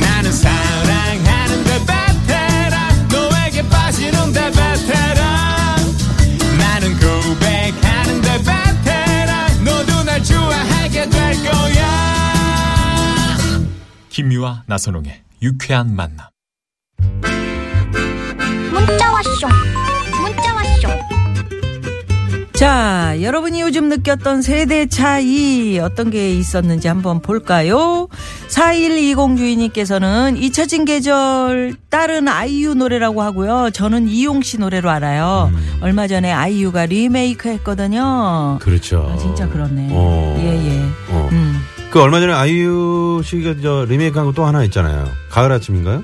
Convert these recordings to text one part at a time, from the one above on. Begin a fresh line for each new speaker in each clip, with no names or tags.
나는 사랑하는데 베테랑 너에게 빠지는데 베테랑 나는 고백하는데 베테랑 너도 날 좋아하게 될 거야
김미화 나선홍의 유쾌한 만남.
문자 왔쇼 문자 왔쇼
자, 여러분이 요즘 느꼈던 세대 차이 어떤 게 있었는지 한번 볼까요? 4120 주인님께서는 잊혀진 계절 딸은 아이유 노래라고 하고요. 저는 이용 씨 노래로 알아요.
음.
얼마 전에 아이유가 리메이크 했거든요.
그렇죠.
아, 진짜 그렇네.
어.
예, 예.
어.
음.
그 얼마 전에 아이유 씨가 저 리메이크한 거 또 하나 있잖아요. 가을 아침인가요?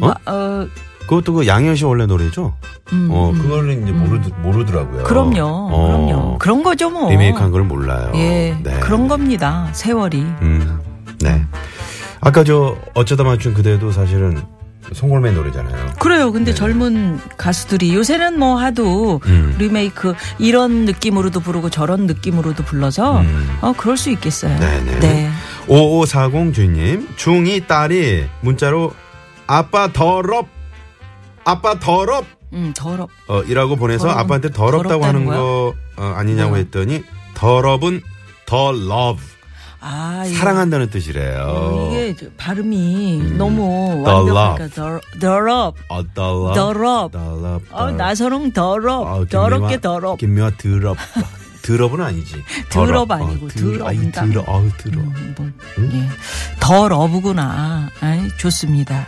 뭐, 어,
그것도 그 양현 씨 원래 노래죠.
음,
어,
음.
그거를 이제 모르, 더라고요
그럼요. 그럼요. 그런 거죠, 뭐.
리메이크한 어. 네. 걸 몰라요.
예. 그런 겁니다. 세월이.
음. 네. 아까 저 어쩌다 맞춘 그대도 사실은 송골매 노래잖아요.
그래요. 근데
네.
젊은 가수들이 요새는 뭐 하도
음.
리메이크 이런 느낌으로도 부르고 저런 느낌으로도 불러서
음.
어 그럴 수 있겠어요.
네네.
네.
5540 주인님, 중이 딸이 문자로 아빠 더럽, 아빠 더럽
음, 더럽.
어, 이라고 보내서
더러운-
아빠한테 더럽다고
더럽다는 네.
하는 거 어, 아니냐고
뭐야?
했더니 더럽은 더 love
아, 이거-
사랑한다는 뜻이래요.
어, 이게 저 발음이
음.
너무
더럽.
완벽하니까 더- 더럽.
어, 더럽
더럽.
더럽
어,
더럽.
나서롱 더럽.
어, 김미화-
더럽게 더럽.
김미화 더럽 더럽은 아니지.
더럽
더럽. 어,
아니고
더- 아이
더럽다.
더럽 아우 더럽.
음, 뭐, 예. 더러구나. 아이, 좋습니다.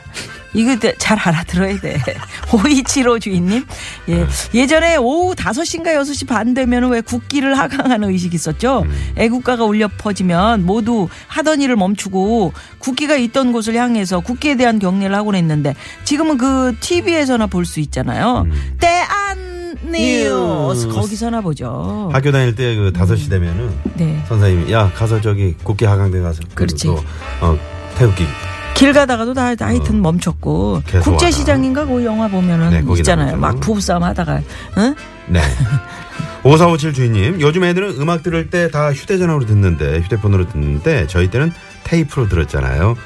이거 대- 잘 알아들어야 돼. 5275 주인님. 예. 예전에 오후 5시인가 6시 반 되면 왜 국기를 하강하는 의식이 있었죠? 애국가가 울려 퍼지면 모두 하던 일을 멈추고 국기가 있던 곳을 향해서 국기에 대한 경례를 하곤 했는데 지금은 그 TV에서나 볼 수 있잖아요. 대안
뉴스.
뉴스. 아, 거기서나 보죠.
학교 다닐 때 그 5시 되면은
네.
선생님이 야 가서 저기 국기 하강대 가서 그-
그렇지.
그거, 어, 태극기
길 가다가도 다 하여튼 멈췄고
어. 계속
국제시장인가 그 영화 보면은
네, 거기
있잖아요
나오죠.
막 부부싸움 하다가 응?
네. 5457 주인님, 요즘 애들은 음악 들을 때 다 휴대전화로 듣는데, 휴대폰으로 듣는데, 저희 때는 테이프로 들었잖아요.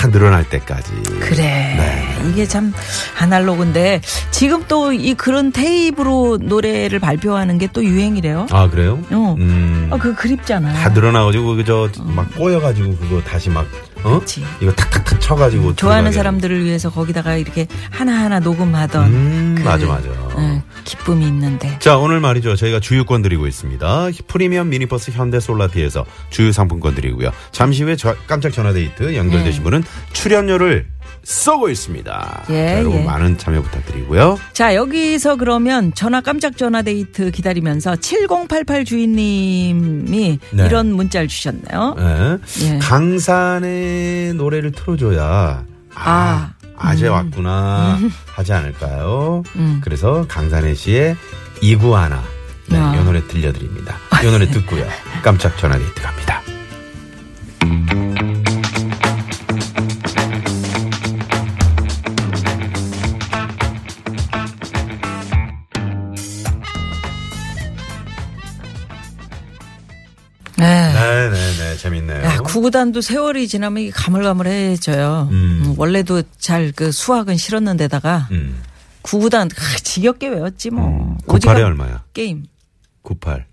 다 늘어날 때까지.
그래
네.
이게 참 아날로그인데 지금 또 이 그런 테이프로 노래를 발표하는 게 또 유행이래요
아, 그래요?
어.
음.
어, 그 그립잖아
다 늘어나가지고, 그저, 막 꼬여가지고, 그거 다시 막, 어?
그치.
이거 탁탁탁 쳐가지고.
좋아하는
들어가게.
사람들을 위해서 거기다가 이렇게 하나하나 녹음하던
음,
그,
맞아, 맞아.
응, 기쁨이 있는데
자, 오늘 말이죠. 저희가 주유권 드리고 있습니다. 프리미엄 미니버스 현대 솔라티에서 주유 상품권 드리고요. 잠시 후에 저- 깜짝 전화데이트 연결되신 분은 출연료를 쏘고 있습니다.
네. 예,
자, 여러분
예.
많은 참여 부탁드리고요.
자, 여기서 그러면 전화 깜짝 전화 데이트 기다리면서 7088 주인님이
네.
이런 문자를 주셨네요.
예.
예.
강산의 노래를 틀어줘야 아,
아,
아, 재 왔구나 하지 않을까요?
음.
그래서 강산의 시의 이구하나 네,
아.
이 노래 들려드립니다. 이 노래 듣고요. 깜짝 전화데이트 갑니다.
네.
네네네 재밌네요.
야, 아, 구구단도 세월이 지나면 이게 가물가물해져요.
음.
음, 원래도 잘 그 수학은 싫었는데다가
음.
구구단 아, 지겹게 외웠지 뭐.
곱팔이
오지랖
얼마야?
게임.
98.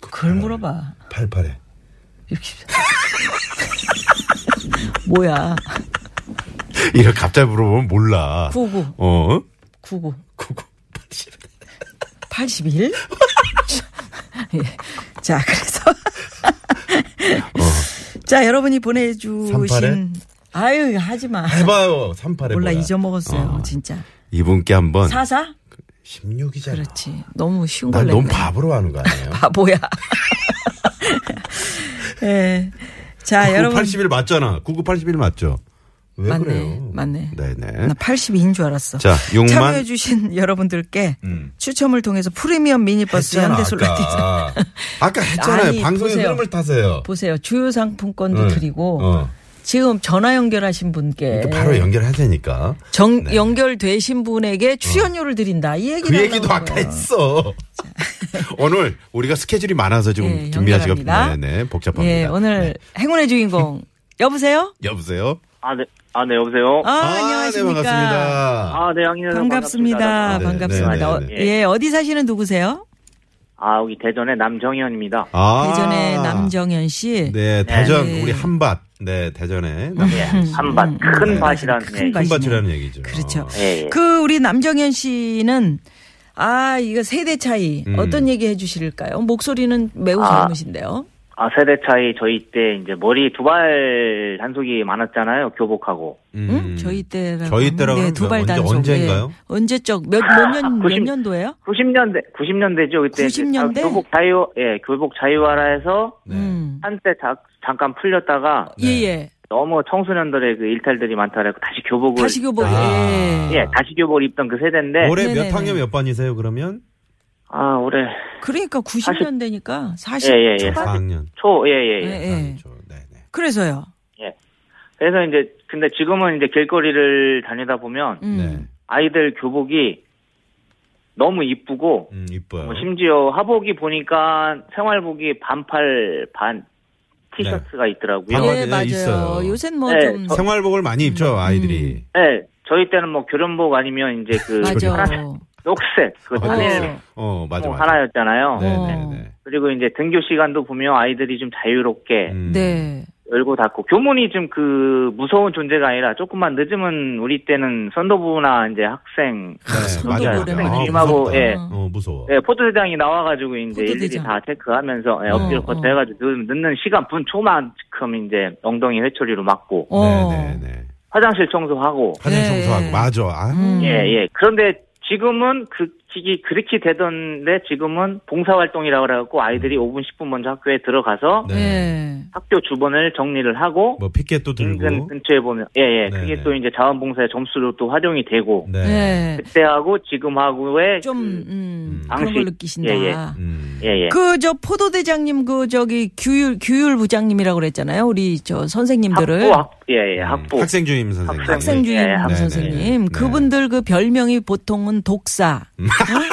그걸 물어봐.
88에.
이렇게. 뭐야.
이거 갑자기 물어보면 몰라.
구구.
어?
구구.
99.
81? 예. 자, 그래서.
어.
자, 여러분이 보내주신.
38에?
아유, 하지 마.
해봐요. 네, 38에.
몰라, 잊어먹었어요, 진짜.
이분께 한번.
사사?
16이잖아.
그렇지. 너무 쉬운
난
걸로.
너무
했네.
바보로 하는 거 아니에요?
바보야. 예. 자, 여러분.
그 9981 맞잖아. 9981 맞죠? 왜
아, 맞네.
그래요?
맞네.
네네.
나 82인 줄 알았어.
자, 육만-
참여해주신 여러분들께
음.
추첨을 통해서 프리미엄 미니버스
했잖아,
현대솔라티에서
아까. 아까 했잖아요.
아니,
방송의
보세요.
흐름을 타세요.
보세요. 주요 상품권도
응.
드리고
어.
지금 전화 연결하신 분께
그러니까 바로 연결해야 되니까.
정- 연결되신 분에게 출연료를 드린다. 이 얘기를
그
하려고
얘기도
그런
아까
거예요.
했어. 오늘 우리가 스케줄이 많아서 지금
예,
김미아 씨가
연결합니다.
네네 복잡합니다.
예, 오늘 행운의 주인공 여보세요?
네. 여보세요.
아, 네. 아, 네, 여보세요?
아, 안녕하십니까?
네, 반갑습니다.
아, 네, 양희선
반갑습니다.
네,
반갑습니다.
네, 네,
어,
네.
예, 어디 사시는 누구세요?
아, 여기 대전의 남정현입니다.
아.
대전의 남정현 씨.
네, 대전
네. 음.
우리 한밭. 네, 대전의 남.
예, 한밭,
네.
큰 밭이라는
큰
얘기.
밭.
한밭이라는 얘기죠.
그렇죠.
예, 예.
그 우리 남정현 씨는 아, 이거 세대 차이
음.
어떤 얘기 해 주실까요? 목소리는 매우
아.
젊으신데요.
아, 세대 차이 저희 때 이제 머리 두 발 단속이 많았잖아요, 교복하고.
음.
응? 저희 때라고.
저희
하면,
때라고
네,
하면
두발
언제-
단속.
언제인가요?
예. 언제적
아,
몇몇년 몇
90
년도예요?
90년대, 90년대죠, 그때. 이제
90년대?
자- 교복 자유, 예, 교복 자유화라 해서
네.
음.
한때 자- 잠깐 풀렸다가
예, 예.
너무 청소년들의 그 일탈들이 많다 그래서 다시 교복을.
다시 교복.
아.
예.
예, 다시 교복을 입던 그 세대인데.
올해
네네네.
몇 학년 몇 반이세요, 그러면?
아, 올해
그러니까 90년대니까 40
예, 예, 예.
초반.
4학년.
초, 예, 예, 예.
예, 예.
아니죠. 네네.
그래서요.
그래서 이제 근데 지금은 이제 길거리를 다니다 보면
음.
네.
아이들 교복이 너무 이쁘고
음, 이뻐요.
뭐 심지어 하복이 보니까 생활복이 반팔 반 티셔츠가 있더라고요.
반팔.
예,
네. 맞아요.
맞아요.
있어요.
요샌 뭐
네,
좀.
생활복을 많이
음.
입죠, 아이들이.
네, 저희 때는 뭐 교련복 아니면 이제 그
맞아.
파란색, 녹색 그
어,
단일
어, 맞아,
뭐
맞아.
하나였잖아요.
어.
네네네.
그리고 이제 등교 시간도 보면 아이들이 좀 자유롭게
음.
네.
열고 닫고 교문이 좀 그 무서운 존재가 아니라 조금만 늦으면 우리 때는 선도부나 이제 학생
네, 맞아,
맞아요.
맞아.
선생님
아,
조심하고,
무섭다.
예.
어, 무서워.
예, 포토대장이 나와가지고 이제
포토대장.
일일이 다 체크하면서 예,
어,
엎드려
어.
버텨가지고 늦는 시간 분 초만큼 이제 엉덩이 회초리로 맞고
어.
네네네.
화장실 청소하고
화장
예,
청소하고
예.
맞아. 아,
음.
예, 예. 그런데 지금은 그 기기 그렇게 되던데 지금은 봉사활동이라 그래갖고 아이들이
음.
5분 10분 먼저 학교에 들어가서
네.
예.
학교 주변을 정리를 하고
뭐 피켓도
인근
들고.
근처에 보면 예예
네,
그게
네.
또 이제 자원봉사의 점수로 또 활용이 되고
네.
예.
그때하고 지금하고의
좀
그-
음, 그런
방식.
걸 느끼신다.
예, 예.
음.
예, 예.
그 저 포도대장님 그 저기 규율 규율 부장님이라고 그랬잖아요. 우리 저 선생님들을 음.
학부 학 예, 예, 학부
음. 학생 주임 선생님.
학생 주임
예, 학부
선생님
선생님.
그분들 그 별명이 보통은 독사, 어?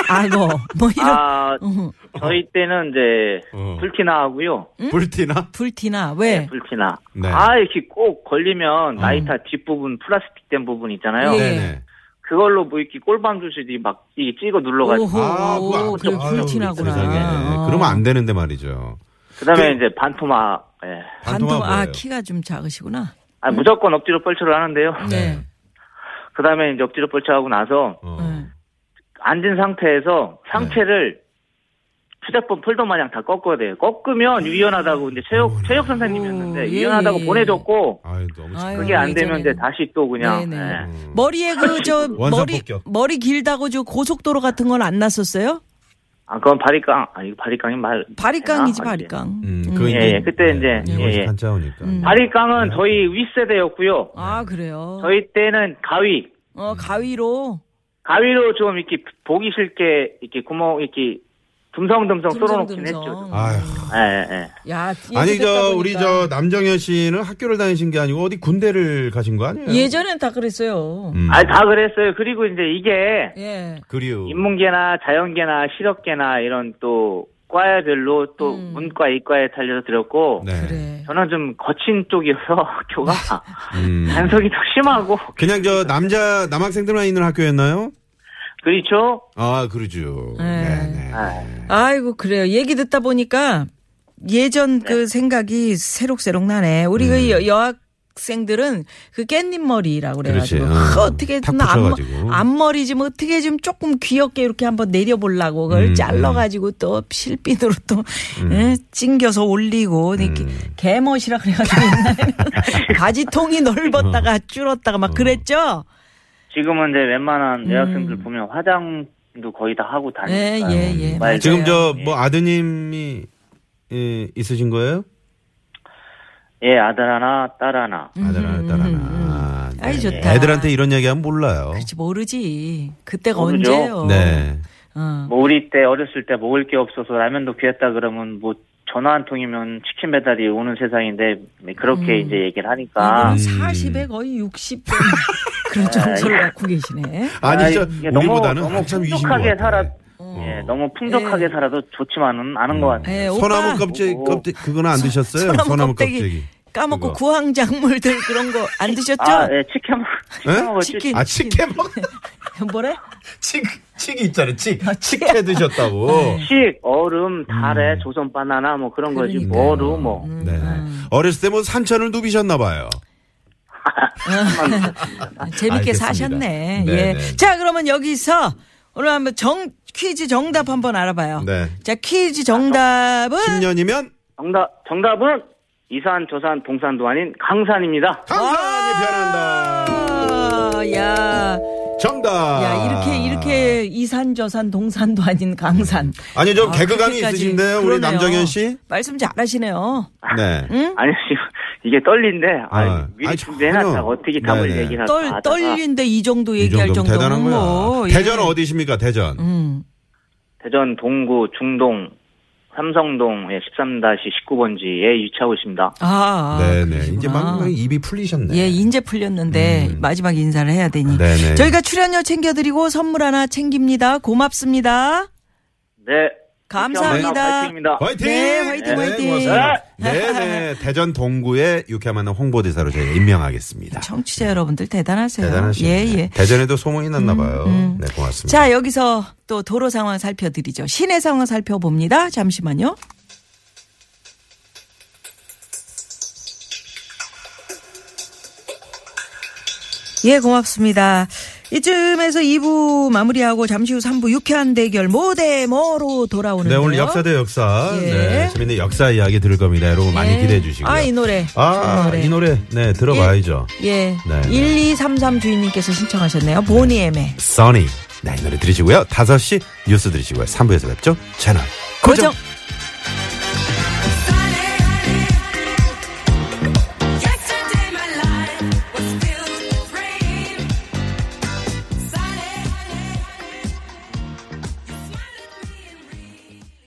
악어 뭐 이런
아,
어,
저희 때는 이제
어.
불티나 하고요.
음?
불티나?
불티나 왜?
불티나.
네. 음.
아, 이렇게 꼭 걸리면 나이타 뒷부분 플라스틱 된 부분 있잖아요.
예.
네네.
그걸로 뭐 이렇게 꼴방 주시지 막 이게 찍어 눌러가지고.
오호,
그거 안
그게
좋죠. 아유,
불티나구나.
세상에.
아.
그러면 안 되는데 말이죠.
그 다음에
그-
이제 반토막. 예.
반동 아
뭐예요?
키가 좀 작으시구나.
음.
아, 무조건 억지로 뻘쳐를 하는데요.
네.
그 다음에 이제 억지로 뻘쳐하고 나서
어.
네.
앉은 상태에서
네.
상체를 휴대폰 폴더 마냥 다 꺾어야 돼요. 꺾으면 유연하다고 이제
음.
체육, 체육 선생님이었는데
음. 오, 예,
유연하다고
예.
보내줬고
아유, 너무
아유.
착해.
그게 안 되면 이제
예전에는.
다시 또 그냥.
네네.
예.
머리에 그 저
원상
머리
폭격.
머리 길다고 저 고속도로 같은 건 안 났었어요?
아, 그건 바리깡, 아니, 바리깡이 말.
바리깡이지
되나?
바리깡.
음,
음.
그
예,
이제-
예, 그때 이제,
네,
예,
이것이
예.
한자오니까.
바리깡은 저희 윗세대였고요.
아 그래요.
저희 때는 가위.
어 가위로
가위로 좀 이렇게 보기 싫게 이렇게 구멍, 이렇게 듬성듬성 뚫어놓긴 했죠.
듬성듬성.
아유.
예, 예, 예.
음. 야,
아니
얘기 듣다
저 우리
보니까
저 남정현 씨는 학교를 다니신 게 아니고 어디 군대를 가신 거 아니에요?
예전엔 다 그랬어요.
음.
아, 다 그랬어요. 그리고 이제 이게
예.
그리워.
인문계나 자연계나 실업계나 이런 또 과야별로 또
음.
문과, 이과에 달려서 들었고.
네.
그래.
저는 좀 거친 쪽이어서 학교가
음.
단속이 더 심하고
그냥 저 남자 남학생들만 있는 학교였나요?
그렇죠?
아 그러죠.
네.
네네.
아이고 그래요. 얘기 듣다 보니까
네.
예전 그 생각이 새록새록 나네. 우리 그 여- 여학생들은 그 깻잎 머리라고 그래가지고
그렇지. 어.
그 어떻게
탁
든 앞머,
붙여가지고.
앞머리 좀 어떻게 좀 조금 귀엽게 이렇게 한번 내려보려고 그걸
음,
잘라가지고 또 실핀으로 또 예, 찡겨서 올리고 이렇게
음.
개멋이라 그래가지고 옛날에는 바지통이 넓었다가
어.
줄었다가 막 그랬죠.
지금은 이제 웬만한
음.
여학생들 보면 화장도 거의 다 하고
예,
다니니까.
예, 예.
맞아요.
지금 저 뭐 아드님이 예, 있으신 거예요?
예, 아들 하나, 딸 하나.
음.
아들 하나 딸 하나.
아이 좋다.
애들한테 이런 얘기하면 몰라요.
그렇지 모르지. 그때가
모르죠.
언제요?
네.
어.
뭐 우리 때 어렸을 때 먹을 게 없어서 라면도 귀했다 그러면 뭐 전화 한 통이면 치킨 배달이 오는 세상인데
음.
그렇게 이제 얘기를 하니까
이분은 40에 거의 60 아. 그런 정서를 갖고 계시네.
아니죠.
이게
우리보다는
너무
한참 이신 것
풍족하게 살아
같아요.
예, 너무 풍족하게
어. 예.
살아도 좋지만은 않은
음.
것 같아요.
예,
네. 소나무
오빠.
껍질 껍질 그건 안 드셨어요? 소나무, 껍데기.
까먹고
그거.
구황작물들 그런 거 안 드셨죠?
아, 예, 치킨 먹, 치킨
예?
먹었지.
치킨.
아 치킨 먹
뭐래?
치, 치기 있잖아요. 치. 치케 드셨다고.
식, 얼음, 달에 조선 바나나 뭐 그런 거지.
그러니까요. 음.
뭐루 뭐.
네. 어렸을 때 뭐 산천을 누비셨나 봐요.
아, 재밌게
알겠습니다.
사셨네.
네,
예.
네.
자, 그러면 여기서 오늘 한번 정 퀴즈 정답 한번 알아봐요.
네.
자, 퀴즈 정답은
10년이면
정답, 정답은 이산, 저산, 동산도 아닌 강산입니다.
강산이 변한다.
어, 야,
정답.
야 이렇게 이렇게 이산 저산 동산도 아닌 강산.
아니 좀
아,
개그감이
그렇게까지.
있으신데요, 우리
그러네요.
남정현 씨.
말씀 잘하시네요.
네.
아니, 지금 이게 떨린데,
아,
아,
아니,
미리 준비해놨다가
전혀.
어떻게 답을
네네.
얘기를
떨
하다가
떨린데 이 정도
이
얘기할
정도면 대단한
정도는
거야.
뭐 예.
대전 어디십니까? 대전.
음.
대전 동구 중동 삼성동의 13-19번지에 유치하고 있습니다.
아, 아,
네네.
그러시구나.
이제 막 입이 풀리셨네. 음.
예, 인제 풀렸는데 마지막 인사를 해야 되니.
네네.
저희가 출연료 챙겨드리고 선물 하나 챙깁니다. 고맙습니다.
네.
감사합니다.
파이팅입니다.
화이팅!
네, 화이팅, 화이팅.
고맙습니다. 네네. 대전 동구의 유쾌한 만남 홍보대사로 저희가 임명하겠습니다.
청취자 여러분들 대단하세요.
대단하시네요.
예, 예.
대전에도 소문이 났나 봐요. 네, 고맙습니다.
자, 여기서 또 도로 상황 살펴드리죠. 시내 상황 살펴봅니다. 잠시만요. 예, 고맙습니다. 이쯤에서 2부 마무리하고 잠시 후 3부 유쾌한 대결 모대 뭐로
네,
돌아오는데요.
오늘 역사 대 역사.
예.
네, 재밌는 역사 이야기 들을 겁니다. 여러분 많이
예.
기대해 주시고요.
아, 이 노래. 이
아,
노래.
이 노래. 네, 들어봐야죠.
예.
네, 네.
1233 주인님께서 신청하셨네요. 보니엠의
써니. 네, 이 노래 들으시고요. 5시 뉴스 들으시고요. 3부에서 뵙죠. 채널.
고정.